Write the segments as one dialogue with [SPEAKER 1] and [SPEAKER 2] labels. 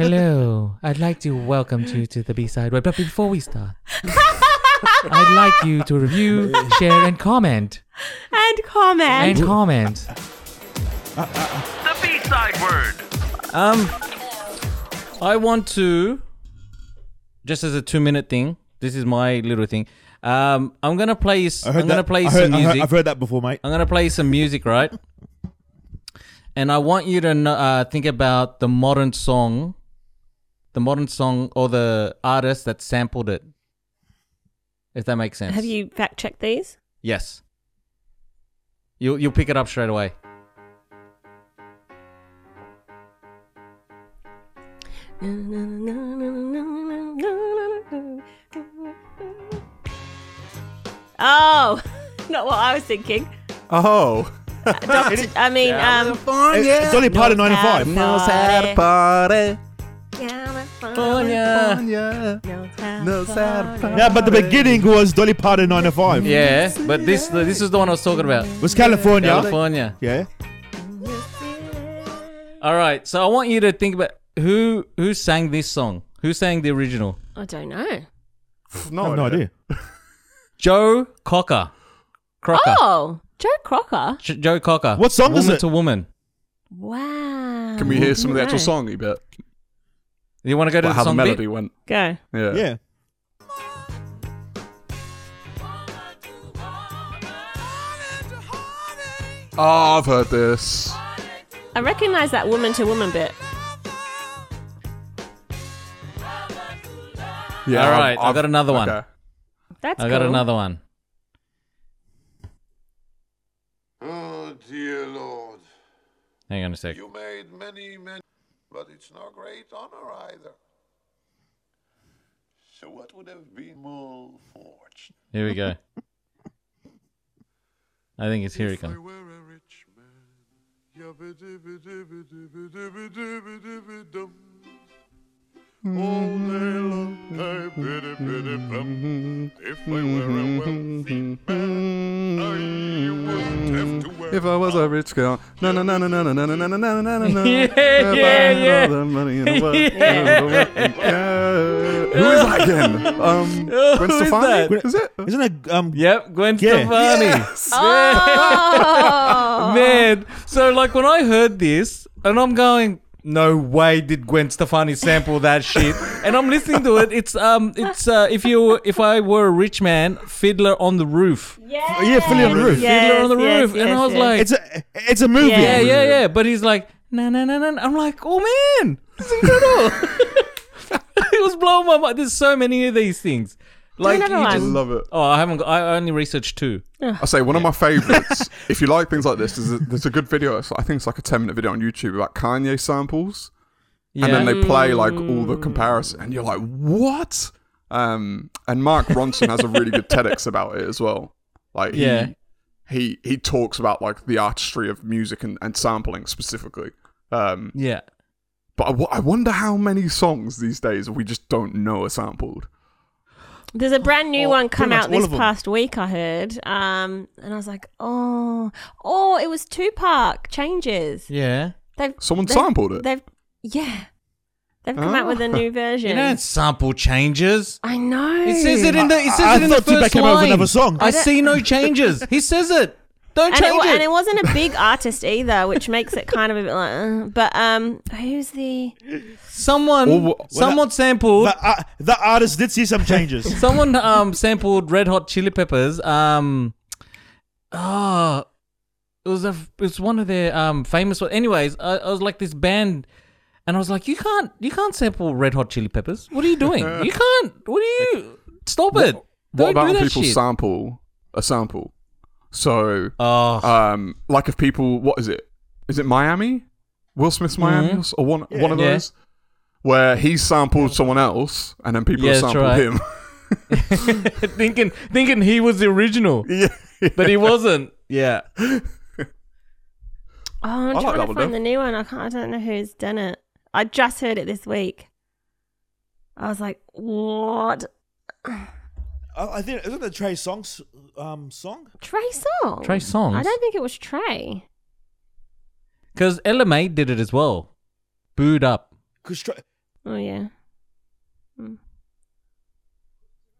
[SPEAKER 1] Hello, I'd like to welcome you to the B side web. But before we start, I'd like you to review, share, and comment.
[SPEAKER 2] and comment.
[SPEAKER 1] And comment.
[SPEAKER 3] The B-side word.
[SPEAKER 4] Um, I want to, just as a two-minute thing. This is my little thing. Um, I'm gonna play. s-
[SPEAKER 5] I
[SPEAKER 4] I'm gonna
[SPEAKER 5] that-
[SPEAKER 4] play
[SPEAKER 5] I
[SPEAKER 4] some
[SPEAKER 5] heard- I heard-
[SPEAKER 4] music.
[SPEAKER 5] I've heard that before, mate.
[SPEAKER 4] I'm gonna play some music, right? And I want you to know, uh, think about the modern song, the modern song or the artist that sampled it. If that makes sense.
[SPEAKER 2] Have you fact checked these?
[SPEAKER 4] Yes. You'll you'll pick it up straight away.
[SPEAKER 2] Oh, not what I was thinking.
[SPEAKER 6] Oh.
[SPEAKER 2] Doctor, I mean, um,
[SPEAKER 5] Hey, Dolly Parton
[SPEAKER 6] oh
[SPEAKER 5] 9 to 5.
[SPEAKER 2] Knows how to
[SPEAKER 6] party.
[SPEAKER 2] California knows how to
[SPEAKER 5] Yeah, but the beginning was Dolly Parton 9 to 5.
[SPEAKER 4] Yeah, but this this is the one I was talking about.
[SPEAKER 5] Was California.
[SPEAKER 4] California.
[SPEAKER 5] Yeah.
[SPEAKER 4] All right. So I want you to think about who who sang this song. Who sang the original?
[SPEAKER 2] I don't know.
[SPEAKER 5] I have no idea.
[SPEAKER 4] Joe Cocker. Crocker.
[SPEAKER 2] Oh, Joe Crocker.
[SPEAKER 4] J- Joe Cocker.
[SPEAKER 5] What song
[SPEAKER 4] woman
[SPEAKER 5] is it?
[SPEAKER 4] to woman.
[SPEAKER 2] Wow.
[SPEAKER 6] Can we hear some of the
[SPEAKER 2] No.
[SPEAKER 6] actual song a bit?
[SPEAKER 4] You want to go to
[SPEAKER 6] Like
[SPEAKER 4] the
[SPEAKER 6] how the
[SPEAKER 4] song bit?
[SPEAKER 6] melody went.
[SPEAKER 2] Go.
[SPEAKER 6] Yeah.
[SPEAKER 5] Yeah.
[SPEAKER 6] Oh, I've heard this.
[SPEAKER 2] I recognise that woman to woman bit.
[SPEAKER 6] Yeah.
[SPEAKER 4] All
[SPEAKER 6] I've-
[SPEAKER 4] right, I've
[SPEAKER 6] I've-
[SPEAKER 4] got another one.
[SPEAKER 6] okay.
[SPEAKER 2] That's
[SPEAKER 4] I got
[SPEAKER 2] cool.
[SPEAKER 4] another one.
[SPEAKER 7] Oh, dear Lord,
[SPEAKER 4] Hang on a sec.
[SPEAKER 7] you made many, many, but it's no great honor either. So, what would have been more fortunate?
[SPEAKER 4] Here we go. I think it's here we
[SPEAKER 7] I
[SPEAKER 4] come.
[SPEAKER 7] were a rich man. Yabba-dibba-dibba-dibba-dibba-dibba-dum. All day long, I pity-pity-pum. If I were a wealthy man, I wouldn't have to work.
[SPEAKER 6] If I was a rich girl, no, no, no, no, no, no, no, no, no, no, no, no, no, no.
[SPEAKER 4] Yeah,
[SPEAKER 6] If I had
[SPEAKER 4] yeah,
[SPEAKER 6] all the money in the world, yeah. Who is that again? Um, Gwen
[SPEAKER 4] Who is
[SPEAKER 6] Stefani? Is it?
[SPEAKER 5] Isn't it. Um,
[SPEAKER 4] Yep, Gwen
[SPEAKER 5] Yeah.
[SPEAKER 4] Stefani.
[SPEAKER 2] Oh.
[SPEAKER 4] Man, so like when I heard this, and I'm going, no way did Gwen Stefani sample that shit. and I'm listening to it. It's um, it's uh, if you if I were a rich man, Fiddler on the Roof,
[SPEAKER 2] Yes.
[SPEAKER 5] Yeah, Fiddler on the Roof.
[SPEAKER 2] Yes,
[SPEAKER 4] Fiddler on the
[SPEAKER 2] yes,
[SPEAKER 4] Roof, and
[SPEAKER 2] yes,
[SPEAKER 4] I was
[SPEAKER 2] yes.
[SPEAKER 4] like,
[SPEAKER 5] It's a, it's a movie.
[SPEAKER 4] yeah,
[SPEAKER 2] Yeah.
[SPEAKER 4] yeah, yeah. But he's like, no, no, no, no. I'm like, oh man, it's incredible. it was blowing my mind. There's so many of these things. Like,
[SPEAKER 2] another
[SPEAKER 4] you
[SPEAKER 2] one.
[SPEAKER 6] I
[SPEAKER 4] just-
[SPEAKER 6] love it.
[SPEAKER 4] oh, I haven't. Got, I only researched two.
[SPEAKER 6] I say one of my favorites. if you like things like this, there's a, there's a good video. It's, I think it's like a 10 minute video on YouTube about Kanye samples,
[SPEAKER 4] Yeah.
[SPEAKER 6] and then they play like all the comparison, and you're like, what? Um, and Mark Ronson has a really good TEDx about it as well. Like, he,
[SPEAKER 4] Yeah.
[SPEAKER 6] he he talks about like the artistry of music and, and sampling specifically. Um,
[SPEAKER 4] yeah.
[SPEAKER 6] but I, w- I wonder how many songs these days we just don't know are sampled.
[SPEAKER 2] There's a brand new one come
[SPEAKER 5] Oh, much
[SPEAKER 2] out
[SPEAKER 5] all
[SPEAKER 2] this
[SPEAKER 5] of 'em.
[SPEAKER 2] past week. I heard, um, and I was like, oh, oh, it was Tupac changes.
[SPEAKER 4] Yeah.
[SPEAKER 2] They've
[SPEAKER 6] Someone
[SPEAKER 2] they've-
[SPEAKER 6] sampled it.
[SPEAKER 2] They've yeah, they've come out with a
[SPEAKER 5] Oh.
[SPEAKER 2] new version.
[SPEAKER 4] You don't sample changes.
[SPEAKER 2] I know.
[SPEAKER 4] It says it in the. It says
[SPEAKER 5] I-
[SPEAKER 4] it in the
[SPEAKER 5] I thought Tupac
[SPEAKER 4] first
[SPEAKER 5] came out with
[SPEAKER 4] line.
[SPEAKER 5] another song.
[SPEAKER 4] I,
[SPEAKER 5] I
[SPEAKER 4] see no changes. He says it.
[SPEAKER 2] and
[SPEAKER 4] Don't
[SPEAKER 2] it,
[SPEAKER 4] change
[SPEAKER 2] wa-
[SPEAKER 4] it.
[SPEAKER 2] and it wasn't a big artist either, which makes it kind of a bit like. Uh, but um, who's the?
[SPEAKER 4] Someone,
[SPEAKER 6] Or wha-
[SPEAKER 4] someone sampled.
[SPEAKER 5] But uh, the artist did see some changes.
[SPEAKER 4] Someone um sampled Red Hot Chili Peppers. Um, ah, it was a it's one of their um famous. one. Anyways, I, I was like this band, and I was like, you can't you can't sample Red Hot Chili Peppers. What are you doing? you can't. What are you? Stop it.
[SPEAKER 6] What
[SPEAKER 4] Don't
[SPEAKER 6] about
[SPEAKER 4] do
[SPEAKER 6] when
[SPEAKER 4] that
[SPEAKER 6] people
[SPEAKER 4] shit.
[SPEAKER 6] sample a sample? So,
[SPEAKER 4] Oh,
[SPEAKER 6] um, like if people, what is it? Is it Miami? Will Smith's Miami or s- or one one of
[SPEAKER 4] Mm-hmm. Yeah.
[SPEAKER 6] those where he sampled someone else and then people
[SPEAKER 4] Yeah, that's
[SPEAKER 6] sampled
[SPEAKER 4] right.
[SPEAKER 6] him.
[SPEAKER 4] thinking thinking he was the original,
[SPEAKER 6] yeah,
[SPEAKER 4] but he wasn't. Yeah.
[SPEAKER 2] Oh, I'm
[SPEAKER 6] I like
[SPEAKER 2] trying
[SPEAKER 6] that
[SPEAKER 2] to
[SPEAKER 6] one,
[SPEAKER 2] find
[SPEAKER 6] though.
[SPEAKER 2] the new one. I can't. I don't know who's done it. I just heard it this week. I was like, what?
[SPEAKER 5] Oh, I, I think, isn't it Trey Song's um, song?
[SPEAKER 2] Trey Song.
[SPEAKER 4] Trey Songz?
[SPEAKER 2] I don't think it was Trey.
[SPEAKER 4] Because LMA did it as well. Booed up.
[SPEAKER 5] Because Trey,
[SPEAKER 2] Oh yeah. Hmm.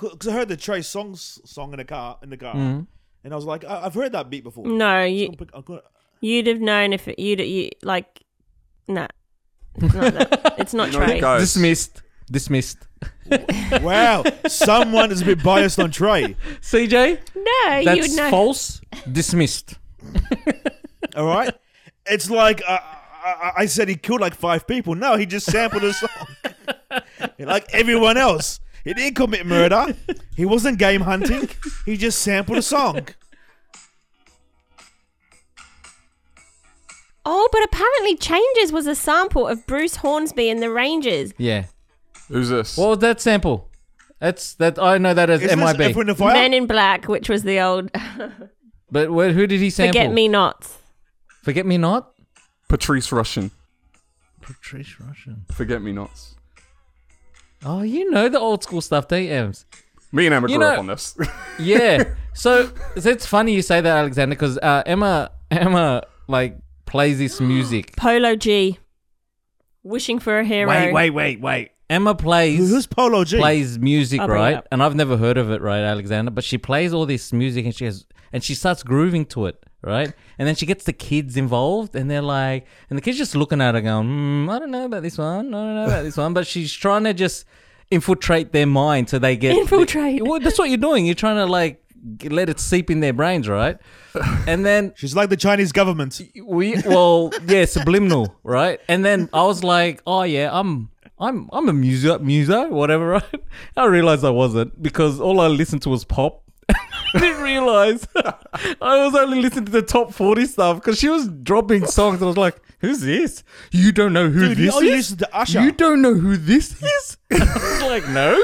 [SPEAKER 5] Because I heard the Trey Songs song in the car, in the car,
[SPEAKER 4] Mhm.
[SPEAKER 5] and I was like, I- I've heard that beat before.
[SPEAKER 2] No,
[SPEAKER 5] I'm
[SPEAKER 2] you
[SPEAKER 5] gonna pick- I'm gonna-
[SPEAKER 2] you'd have known if it, you'd you like. Nah, it's not that. It's not
[SPEAKER 6] You know,
[SPEAKER 2] Trey.
[SPEAKER 6] guys,
[SPEAKER 4] Dismissed. Dismissed.
[SPEAKER 5] wow, someone is a bit biased on Trey.
[SPEAKER 4] CJ,
[SPEAKER 2] No, you would
[SPEAKER 4] that's
[SPEAKER 2] know.
[SPEAKER 4] false. Dismissed.
[SPEAKER 5] All right, it's like uh, I-, I said he killed like five people. No, he just sampled a song, like everyone else. He didn't commit murder. He wasn't game hunting. He just sampled a song.
[SPEAKER 2] Oh, but apparently, Changes was a sample of Bruce Hornsby and the Rangers.
[SPEAKER 4] Yeah.
[SPEAKER 6] who's this?
[SPEAKER 4] What was that sample? That's that I know that as
[SPEAKER 5] Isn't this
[SPEAKER 4] MIB.
[SPEAKER 5] F in the Fire?
[SPEAKER 2] Men in Black, which was the old
[SPEAKER 4] but where, who did he sample?
[SPEAKER 2] Forget Me Nots.
[SPEAKER 4] Forget me not.
[SPEAKER 6] Patrice Russian.
[SPEAKER 4] Patrice Russian.
[SPEAKER 6] Forget me nots.
[SPEAKER 4] Oh, you know the old school stuff, don't you, Ems?
[SPEAKER 6] Me and Emma
[SPEAKER 4] You
[SPEAKER 6] grew up
[SPEAKER 4] know-
[SPEAKER 6] on this.
[SPEAKER 4] Yeah. so so it's funny you say that, Alexander, because uh, Emma Emma like plays this music.
[SPEAKER 2] Polo G. Wishing for a Hero.
[SPEAKER 4] wait, wait. Emma plays
[SPEAKER 5] Who's Polo G?
[SPEAKER 4] plays music,
[SPEAKER 2] I'll bring it
[SPEAKER 4] right?
[SPEAKER 2] up.
[SPEAKER 4] And I've never heard of it, right, Alexander? But she plays all this music and she has and she starts grooving to it, right? And then she gets the kids involved and they're like and the kids just looking at her going, mm, I don't know about this one, I don't know about this one. But she's trying to just infiltrate their mind so they get
[SPEAKER 2] Infiltrate.
[SPEAKER 4] well, that's what you're doing. You're trying to like g- let it seep in their brains, right? And then
[SPEAKER 5] She's like the Chinese government.
[SPEAKER 4] we well yeah subliminal right and then i was like oh yeah i'm i'm i'm a muso muso whatever right i realized i wasn't because all i listened to was pop I didn't realize I was only listening to the top 40 stuff because she was dropping songs. I was like, Who's this? You don't know who
[SPEAKER 5] Dude, you
[SPEAKER 4] this
[SPEAKER 5] only
[SPEAKER 4] is?
[SPEAKER 5] listen to Usher.
[SPEAKER 4] oh, You don't know who this is? I was like, No,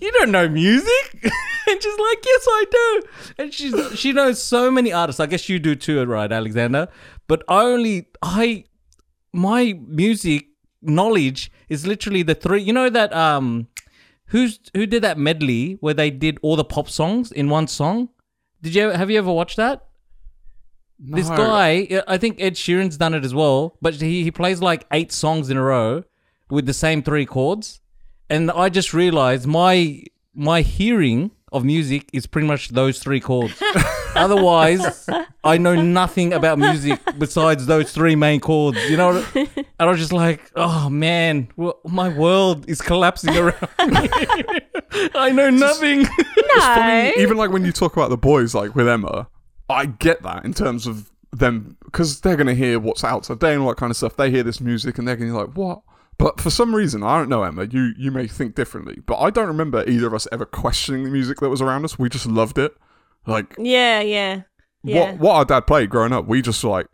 [SPEAKER 4] you don't know music. and she's like, Yes, I do. And she's she knows so many artists. I guess you do too, right, Alexander? But I only I my music knowledge is literally the three you know that um who's who did that medley where they did all the pop songs in one song? Did you have you ever watched that? This
[SPEAKER 6] No.
[SPEAKER 4] guy, I think Ed Sheeran's done it as well, but he, he plays like eight songs in a row with the same three chords. And I just realized my my hearing of music is pretty much those three chords. Otherwise, I know nothing about music besides those three main chords. You know, what I- and I was just like, oh man, well, my world is collapsing around me. I know nothing.
[SPEAKER 2] No.
[SPEAKER 6] even like when you talk about the boys, like with Emma, I get that in terms of them because they're gonna hear what's out today and all that kind of stuff. They hear this music and they're gonna be like, "What?" But for some reason, I don't know, Emma. You you may think differently, but I don't remember either of us ever questioning the music that was around us. We just loved it. Like
[SPEAKER 2] Yeah, yeah. Yeah.
[SPEAKER 6] what what our dad played growing up, we just like.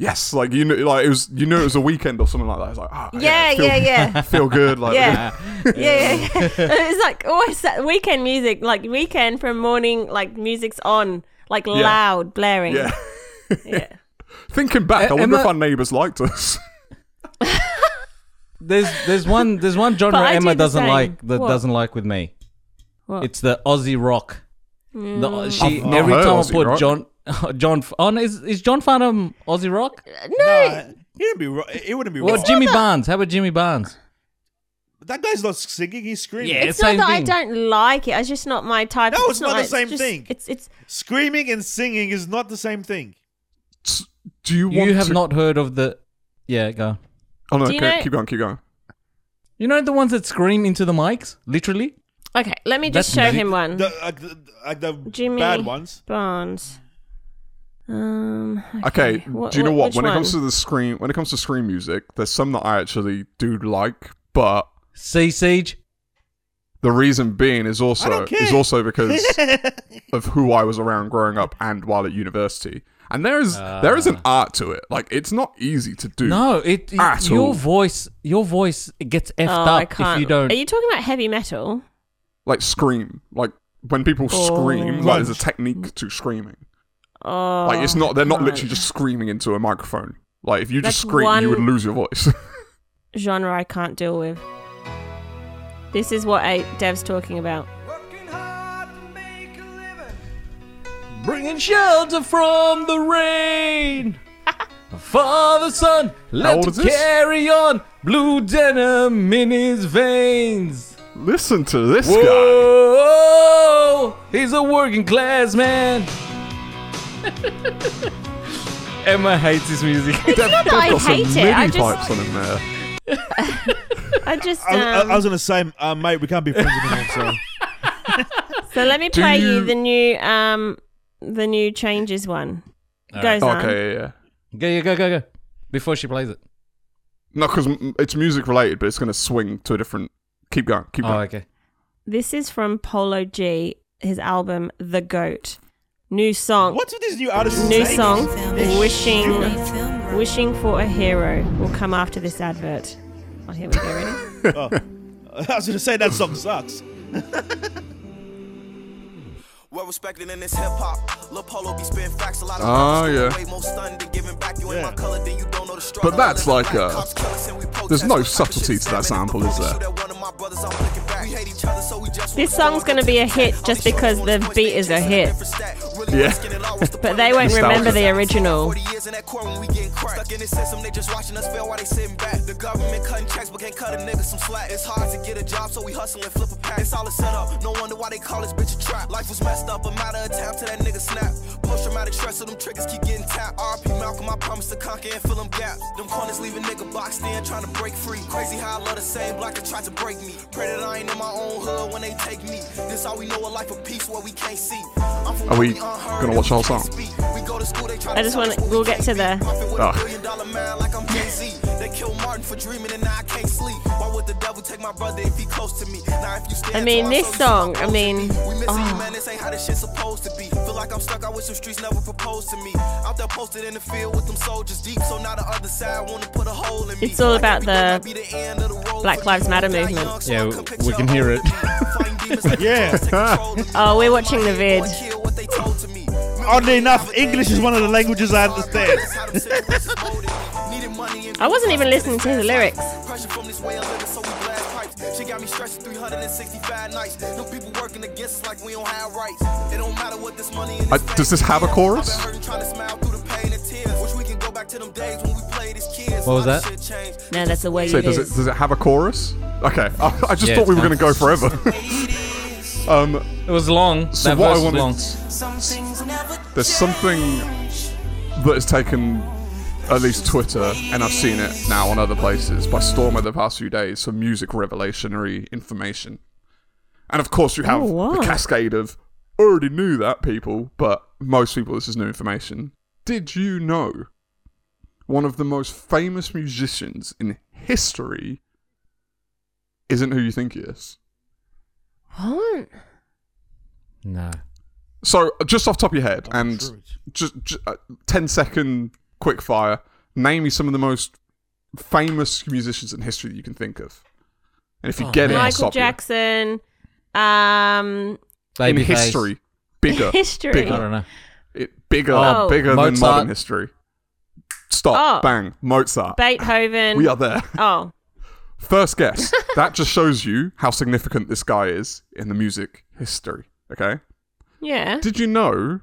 [SPEAKER 6] Yes, like you know, like it was, you knew it was a weekend or something like that. It's like, ah,
[SPEAKER 2] Yeah,
[SPEAKER 6] feel-
[SPEAKER 2] yeah, yeah.
[SPEAKER 6] feel good, like
[SPEAKER 2] Yeah. yeah, yeah, yeah. it's like always that weekend music, like weekend from morning, like music's on, like loud, blaring.
[SPEAKER 6] Yeah.
[SPEAKER 2] Yeah.
[SPEAKER 6] Thinking
[SPEAKER 4] E-
[SPEAKER 6] back, I wonder if
[SPEAKER 4] Emma-
[SPEAKER 6] our neighbours liked us.
[SPEAKER 4] There's there's one there's one genre
[SPEAKER 2] But I do
[SPEAKER 4] Emma
[SPEAKER 2] the
[SPEAKER 4] doesn't
[SPEAKER 2] same.
[SPEAKER 4] like that
[SPEAKER 2] What?
[SPEAKER 4] doesn't like with me.
[SPEAKER 2] What? Mm.
[SPEAKER 4] It's the Aussie rock. The, she
[SPEAKER 6] I've not
[SPEAKER 4] every
[SPEAKER 6] heard
[SPEAKER 4] time
[SPEAKER 6] Aussie
[SPEAKER 4] I put
[SPEAKER 6] rock.
[SPEAKER 4] John John on is is John Farnham Aussie rock?
[SPEAKER 5] Nah, he wouldn't be. Ro- it wouldn't be.
[SPEAKER 4] Well,
[SPEAKER 5] wrong.
[SPEAKER 4] Jimmy Barnes. How about Jimmy Barnes?
[SPEAKER 5] that guy's not singing. He's screaming.
[SPEAKER 4] Yeah.
[SPEAKER 2] It's
[SPEAKER 4] Same
[SPEAKER 2] not that
[SPEAKER 4] thing.
[SPEAKER 2] I don't like it. It's just not my type.
[SPEAKER 5] No, it's not
[SPEAKER 2] my-
[SPEAKER 5] the same
[SPEAKER 2] just-
[SPEAKER 5] thing.
[SPEAKER 2] It's it's
[SPEAKER 5] Screaming and singing is not the same thing.
[SPEAKER 6] Do you want
[SPEAKER 4] You have
[SPEAKER 6] to-
[SPEAKER 4] not heard of the yeah go.
[SPEAKER 6] Oh no,
[SPEAKER 2] Do you
[SPEAKER 6] keep,
[SPEAKER 2] know-
[SPEAKER 6] keep going, keep going.
[SPEAKER 4] You know the ones that scream into the mics, literally.
[SPEAKER 2] okay. Let me just
[SPEAKER 4] That's
[SPEAKER 2] show
[SPEAKER 4] music.
[SPEAKER 2] him one.
[SPEAKER 5] The, like the, like the
[SPEAKER 2] Jimmy
[SPEAKER 5] bad ones.
[SPEAKER 2] Barnes. Um.
[SPEAKER 6] Okay,
[SPEAKER 2] Wha-
[SPEAKER 6] do you know
[SPEAKER 2] wha-
[SPEAKER 6] what?
[SPEAKER 2] which
[SPEAKER 6] When it comes to
[SPEAKER 2] one?
[SPEAKER 6] the screen, when it comes to screen music, there's some that I actually do like, but
[SPEAKER 4] Sea Siege.
[SPEAKER 6] the reason being is
[SPEAKER 5] I
[SPEAKER 6] also
[SPEAKER 5] don't care.
[SPEAKER 6] is also because of who I was around growing up and while at university. And there is there is an art to it. Like it's not easy to do.
[SPEAKER 4] No, it,
[SPEAKER 6] At
[SPEAKER 4] your
[SPEAKER 6] all.
[SPEAKER 4] voice your voice gets effed
[SPEAKER 2] oh, I
[SPEAKER 4] up
[SPEAKER 2] can't.
[SPEAKER 4] if you don't.
[SPEAKER 2] Are you talking about heavy metal?
[SPEAKER 6] Like scream, like when people scream, like there's a
[SPEAKER 5] Grunge.
[SPEAKER 6] technique to screaming.
[SPEAKER 2] Oh,
[SPEAKER 6] Like it's not they're not
[SPEAKER 2] I
[SPEAKER 6] literally
[SPEAKER 2] can't.
[SPEAKER 6] just screaming into a microphone. Like if you just
[SPEAKER 2] That's
[SPEAKER 6] scream, you would
[SPEAKER 2] one-
[SPEAKER 6] lose your voice.
[SPEAKER 2] Oh, genre I can't deal with. This is what I, Dev's talking about.
[SPEAKER 4] Bringing shelter from the rain. Father, son,
[SPEAKER 6] old
[SPEAKER 4] let's
[SPEAKER 6] is this?
[SPEAKER 4] carry on. Blue denim in his veins.
[SPEAKER 6] Listen to this guy.
[SPEAKER 4] Whoa, he's a working class man. Emma hates his music.
[SPEAKER 6] They've,
[SPEAKER 2] not that
[SPEAKER 6] they've
[SPEAKER 2] I
[SPEAKER 6] got some
[SPEAKER 2] hate it,
[SPEAKER 6] MIDI
[SPEAKER 2] I just-
[SPEAKER 6] pipes on him there.
[SPEAKER 2] I just
[SPEAKER 5] I,
[SPEAKER 2] um,
[SPEAKER 5] was- I, I was gonna say, uh, mate, we can't be friends anymore.
[SPEAKER 2] so let me play you
[SPEAKER 6] you-
[SPEAKER 2] the new um the new changes one. Goes on.
[SPEAKER 6] Okay, yeah, yeah.
[SPEAKER 4] Go, go, go, go, go. Before she plays it.
[SPEAKER 6] No, because it's music related, but it's going to swing to a different. Keep going, keep
[SPEAKER 4] Oh,
[SPEAKER 6] going.
[SPEAKER 4] okay.
[SPEAKER 2] This is from Polo G, his album The Goat. New
[SPEAKER 5] So.
[SPEAKER 2] song.
[SPEAKER 5] What's with these new artists?
[SPEAKER 2] New
[SPEAKER 5] saying?
[SPEAKER 2] song. Wishing Wishing for a Hero will come after this advert. Oh, here we go, ready?
[SPEAKER 5] Oh. I was gonna say that song sucks.
[SPEAKER 8] Well respected in this hip hop. Lil Polo be spitting facts a lot of
[SPEAKER 6] Ah,
[SPEAKER 8] rappers
[SPEAKER 6] yeah.
[SPEAKER 8] do it Way more stunned than giving back. You ain't
[SPEAKER 5] Yeah.
[SPEAKER 8] my color, then you don't know the struggle.
[SPEAKER 6] that's
[SPEAKER 8] Living
[SPEAKER 6] like, uh,
[SPEAKER 8] cops kill us and we protest.
[SPEAKER 6] there's no
[SPEAKER 8] What type of
[SPEAKER 6] subtlety
[SPEAKER 8] shit
[SPEAKER 6] to that
[SPEAKER 8] is
[SPEAKER 6] sample, is there?
[SPEAKER 8] Shoot at one of my brothers, I'm looking back. We hate each other, so we just
[SPEAKER 2] This
[SPEAKER 8] wanna
[SPEAKER 2] song's gonna be a hit just because the beat is a hit.
[SPEAKER 6] Yeah.
[SPEAKER 2] But they won't
[SPEAKER 6] Nostalgia.
[SPEAKER 2] remember the original.
[SPEAKER 8] 40 years in that court when we getting cracked. Stuck in this system, they just watching us fail while they sitting back. The government cutting checks, but can't cut a nigga some slack. It's hard to get a job, so we hustle and flip a pack. It's all a setup. No wonder why they call this bitch a trap. Life was messed up, a matter of time till that nigga snap. Post traumatic stress, so them triggers keep getting tapped. RP Malcolm, I promise to conquer and fill them gaps. Them corners leaving nigga boxed in, trying to break free. Crazy how I love the same block that tried to break me. Pray that I ain't in my own hood when they take me. This all we know, a life of peace where we can't see. I'm from
[SPEAKER 6] Are we
[SPEAKER 8] where unheard
[SPEAKER 6] gonna watch the whole
[SPEAKER 8] and we can't
[SPEAKER 6] song?
[SPEAKER 8] speak. We go to school, they try
[SPEAKER 2] I just want we'll get to the
[SPEAKER 4] Oh.
[SPEAKER 6] Ah.
[SPEAKER 8] I
[SPEAKER 2] I mean, this song, I mean, oh.
[SPEAKER 8] this ain't how this shit's supposed to be. Feel like I'm stuck. I wish some streets never proposed to me. Out there posted in the field with them soldiers deep. So now the other side wanna put a hole in me.
[SPEAKER 2] It's all
[SPEAKER 8] Like,
[SPEAKER 2] about
[SPEAKER 8] every
[SPEAKER 2] the
[SPEAKER 8] day might be the end of the road
[SPEAKER 2] Black
[SPEAKER 8] for
[SPEAKER 2] Lives
[SPEAKER 8] me.
[SPEAKER 2] Matter
[SPEAKER 8] Die young,
[SPEAKER 2] movement.
[SPEAKER 8] so I
[SPEAKER 4] Yeah,
[SPEAKER 8] can
[SPEAKER 4] w-
[SPEAKER 8] picture
[SPEAKER 4] we can
[SPEAKER 8] a
[SPEAKER 4] hear
[SPEAKER 8] hole
[SPEAKER 4] it.
[SPEAKER 8] in me. Fighting demons like
[SPEAKER 5] Yeah.
[SPEAKER 8] control the control.
[SPEAKER 2] Oh, we're watching the vid.
[SPEAKER 8] Kill what they told to me.
[SPEAKER 5] Oddly enough, English is one of the languages I understand.
[SPEAKER 2] I wasn't even listening to the lyrics.
[SPEAKER 6] Uh,
[SPEAKER 8] Pressure from this way of living, so we blast pipes. She got me stressing 365 nights. Them people working against us like we don't have rights. It don't matter what this money and
[SPEAKER 6] Uh,
[SPEAKER 8] this
[SPEAKER 6] does this
[SPEAKER 8] fame
[SPEAKER 6] have a
[SPEAKER 8] is.
[SPEAKER 6] chorus?
[SPEAKER 8] I've been hurting, trying to smile through the pain and tears. Wish we can go back to them days when we played as kids.
[SPEAKER 4] What was
[SPEAKER 8] Lot of
[SPEAKER 4] that?
[SPEAKER 8] shit changed.
[SPEAKER 2] No, that's the way
[SPEAKER 6] So
[SPEAKER 2] it
[SPEAKER 6] does it
[SPEAKER 2] is.
[SPEAKER 6] does it have a chorus? Okay, I, I just
[SPEAKER 4] Yeah,
[SPEAKER 6] thought we were
[SPEAKER 4] it's
[SPEAKER 6] going to go
[SPEAKER 4] fine.
[SPEAKER 6] forever. um,
[SPEAKER 4] It was long.
[SPEAKER 6] so
[SPEAKER 4] that
[SPEAKER 6] what
[SPEAKER 4] verse was
[SPEAKER 6] I wanted,
[SPEAKER 4] long.
[SPEAKER 6] there's something that has taken at least Twitter, and I've seen it now on other places by storm over the past few days. Some music revelationary information, and of course you have
[SPEAKER 2] Oh,
[SPEAKER 6] the
[SPEAKER 2] what?
[SPEAKER 6] cascade of already knew that people, but most people this is new information. Did you know one of the most famous musicians in history isn't who you think he is?
[SPEAKER 2] What?
[SPEAKER 4] No.
[SPEAKER 6] So, just off top of your head,
[SPEAKER 4] Oh,
[SPEAKER 6] and just, ju- uh, 10 second quick fire, name me some of the most famous musicians in history that you can think of. And if you
[SPEAKER 4] Oh,
[SPEAKER 6] get it,
[SPEAKER 4] man.
[SPEAKER 6] I'll
[SPEAKER 2] Michael
[SPEAKER 6] stop you.
[SPEAKER 2] Jackson, um,
[SPEAKER 6] in
[SPEAKER 4] Babyface.
[SPEAKER 6] history, bigger,
[SPEAKER 2] history.
[SPEAKER 4] I
[SPEAKER 6] bigger,
[SPEAKER 4] don't know.
[SPEAKER 6] it, bigger,
[SPEAKER 2] Oh.
[SPEAKER 6] bigger than
[SPEAKER 4] Mozart.
[SPEAKER 6] modern history. Stop,
[SPEAKER 2] Oh.
[SPEAKER 6] bang, Mozart.
[SPEAKER 2] Beethoven.
[SPEAKER 6] we are there.
[SPEAKER 2] Oh,
[SPEAKER 6] First guess. that just shows you how significant this guy is in the music history. Okay.
[SPEAKER 2] yeah.
[SPEAKER 6] Did you know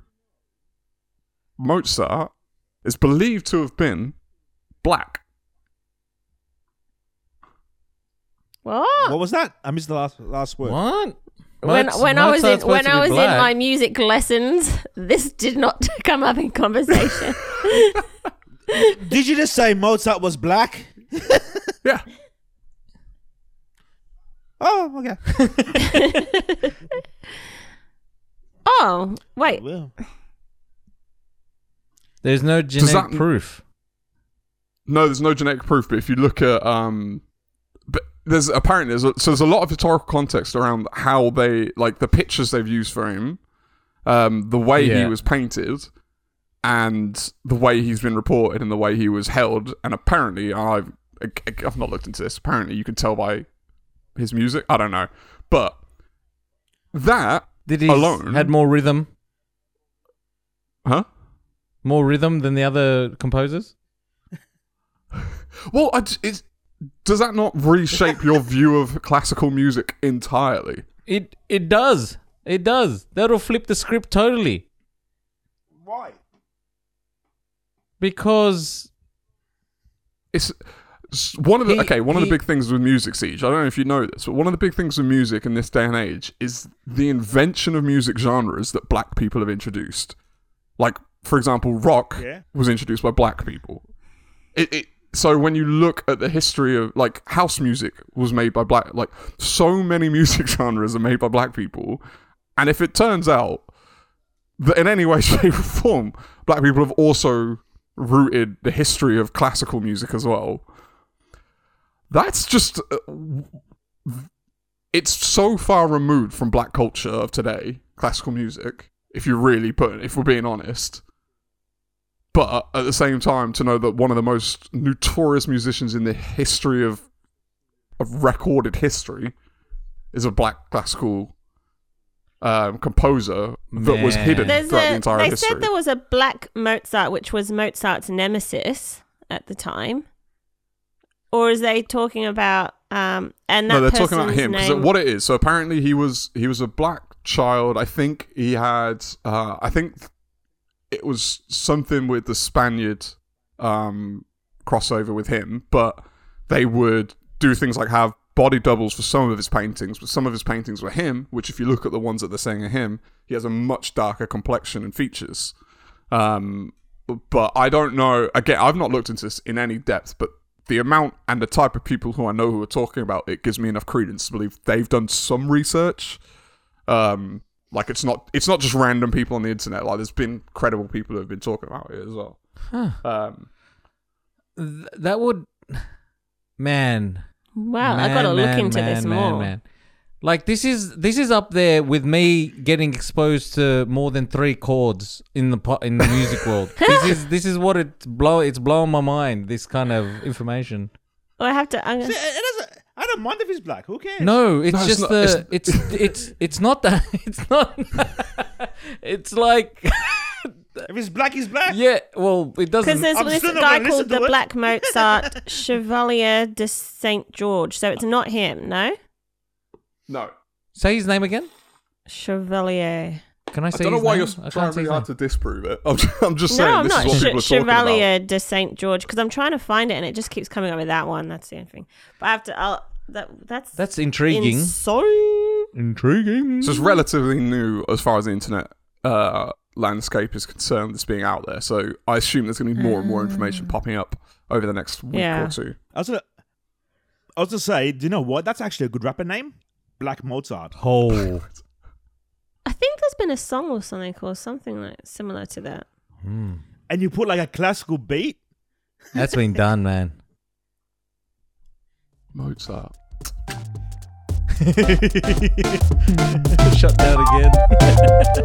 [SPEAKER 6] Mozart is believed to have been black?
[SPEAKER 2] What?
[SPEAKER 5] What was that? I missed the last last word.
[SPEAKER 4] What?
[SPEAKER 2] when
[SPEAKER 4] Mozart-
[SPEAKER 2] when I was in
[SPEAKER 4] Mozart's
[SPEAKER 2] when
[SPEAKER 4] supposed
[SPEAKER 2] I
[SPEAKER 4] to be
[SPEAKER 2] was in
[SPEAKER 4] black.
[SPEAKER 2] my music lessons, this did not come up in conversation.
[SPEAKER 5] Did you just say Mozart was black?
[SPEAKER 6] Yeah.
[SPEAKER 5] Oh, okay.
[SPEAKER 2] oh, wait.
[SPEAKER 5] Well,
[SPEAKER 4] There's no genetic
[SPEAKER 6] that-
[SPEAKER 4] proof.
[SPEAKER 6] No, there's no genetic proof, but if you look at um but there's apparently there's a, so there's a lot of historical context around how they like the pictures they've used for him, um, the way he
[SPEAKER 4] Yeah.
[SPEAKER 6] was painted, and the way he's been reported and the way he was held, and apparently and I've I've not looked into this. Apparently, you can tell by his music. I don't know, but that
[SPEAKER 4] Did he
[SPEAKER 6] alone
[SPEAKER 4] had more rhythm,
[SPEAKER 6] huh?
[SPEAKER 4] more rhythm than the other composers?
[SPEAKER 6] Well, I j- it's, does that not reshape your view of classical music entirely?
[SPEAKER 4] It it does. It does. That'll flip the script totally
[SPEAKER 5] why?
[SPEAKER 4] because
[SPEAKER 6] it's s- one of the
[SPEAKER 4] He-
[SPEAKER 6] okay one of
[SPEAKER 4] he-
[SPEAKER 6] the big things with music siege i don't know if you know this but one of the big things with music in this day and age is the invention of music genres that black people have introduced like for example rock
[SPEAKER 5] Yeah.
[SPEAKER 6] was introduced by black people it, it so when you look at the history of like house music was made by black like so many music genres are made by black people and if it turns out that in any way, shape, or form, black people have also rooted the history of classical music as well. That's just. uh, w- It's so far removed from black culture of today, classical music, if you really put if we're being honest. But at the same time, to know that one of the most notorious musicians in the history of, of recorded history is a black classical um, composer that was
[SPEAKER 4] Man.
[SPEAKER 6] hidden
[SPEAKER 2] There's
[SPEAKER 6] throughout
[SPEAKER 2] a,
[SPEAKER 6] the entire
[SPEAKER 2] they
[SPEAKER 6] history.
[SPEAKER 2] said there was a black Mozart, which was Mozart's nemesis at the time. Or is they talking about um and that
[SPEAKER 6] no, they're talking about
[SPEAKER 2] person's
[SPEAKER 6] him because
[SPEAKER 2] name-
[SPEAKER 6] what it is. So apparently he was he was a black child. I think he had uh, I think it was something with the Spaniard um, crossover with him, but they would do things like have body doubles for some of his paintings, but some of his paintings were him. Which, if you look at the ones that they're saying are him, he has a much darker complexion and features. Um, but I don't know. Again, I've not looked into this in any depth, but the amount and the type of people who I know who are talking about it gives me enough credence to believe they've done some research. Um, like it's not it's not just random people on the internet. Like there's been credible people who have been talking about it as well. Um,
[SPEAKER 4] Th- that would, man.
[SPEAKER 2] Wow,
[SPEAKER 4] man,
[SPEAKER 2] I gotta look
[SPEAKER 4] man,
[SPEAKER 2] into
[SPEAKER 4] man,
[SPEAKER 2] this
[SPEAKER 4] man,
[SPEAKER 2] more.
[SPEAKER 4] man. Like this is this is up there with me getting exposed to more than three chords in the po- in the music world. This is this is what it's blow it's blowing my mind. This kind of information.
[SPEAKER 2] Well, I have to. I'm gonna,
[SPEAKER 5] It- it doesn't- I don't mind if he's black. Who cares?
[SPEAKER 4] No, it's
[SPEAKER 6] No, it's
[SPEAKER 4] just
[SPEAKER 6] not-
[SPEAKER 4] the it's, it's it's not that it's not. it's like
[SPEAKER 5] If he's black, he's black.
[SPEAKER 4] yeah. Well, it
[SPEAKER 2] Because
[SPEAKER 4] doesn't.
[SPEAKER 2] there's
[SPEAKER 5] Mm. I'm
[SPEAKER 2] this
[SPEAKER 5] still not
[SPEAKER 2] guy
[SPEAKER 5] gonna
[SPEAKER 2] called
[SPEAKER 5] listen to
[SPEAKER 2] the
[SPEAKER 5] it.
[SPEAKER 2] Black Mozart Chevalier de Saint George, so it's not him, no?
[SPEAKER 6] no,
[SPEAKER 4] say his name again.
[SPEAKER 2] Chevalier.
[SPEAKER 4] Can I
[SPEAKER 6] I
[SPEAKER 4] say?
[SPEAKER 6] don't know
[SPEAKER 4] his
[SPEAKER 6] why
[SPEAKER 4] name?
[SPEAKER 6] you're
[SPEAKER 4] I
[SPEAKER 6] trying
[SPEAKER 4] can't say
[SPEAKER 6] really
[SPEAKER 4] his
[SPEAKER 6] hard
[SPEAKER 4] name.
[SPEAKER 6] to disprove it. I'm just, I'm just saying
[SPEAKER 2] no, I'm
[SPEAKER 6] this
[SPEAKER 2] not.
[SPEAKER 6] is what
[SPEAKER 2] Ch-
[SPEAKER 6] people are talking about.
[SPEAKER 2] Chevalier de Saint George, because I'm trying to find it and it just keeps coming up with that one. That's the only thing. But I have to. I'll, that that's
[SPEAKER 4] That's intriguing.
[SPEAKER 2] Sorry.
[SPEAKER 4] intriguing.
[SPEAKER 6] So it's relatively new as far as the internet uh, landscape is concerned. That's being out there, so I assume there's going to be more and more information popping up over the next week
[SPEAKER 2] Uh. Yeah.
[SPEAKER 6] or two.
[SPEAKER 5] I was gonna, I was gonna say, do you know what? That's actually a good rapper name, Black Mozart.
[SPEAKER 4] Oh,
[SPEAKER 2] I think there's been a song or something called something like similar to that.
[SPEAKER 5] And you put like a classical beat.
[SPEAKER 4] that's been done, man.
[SPEAKER 6] Mozart.
[SPEAKER 4] Shut down again.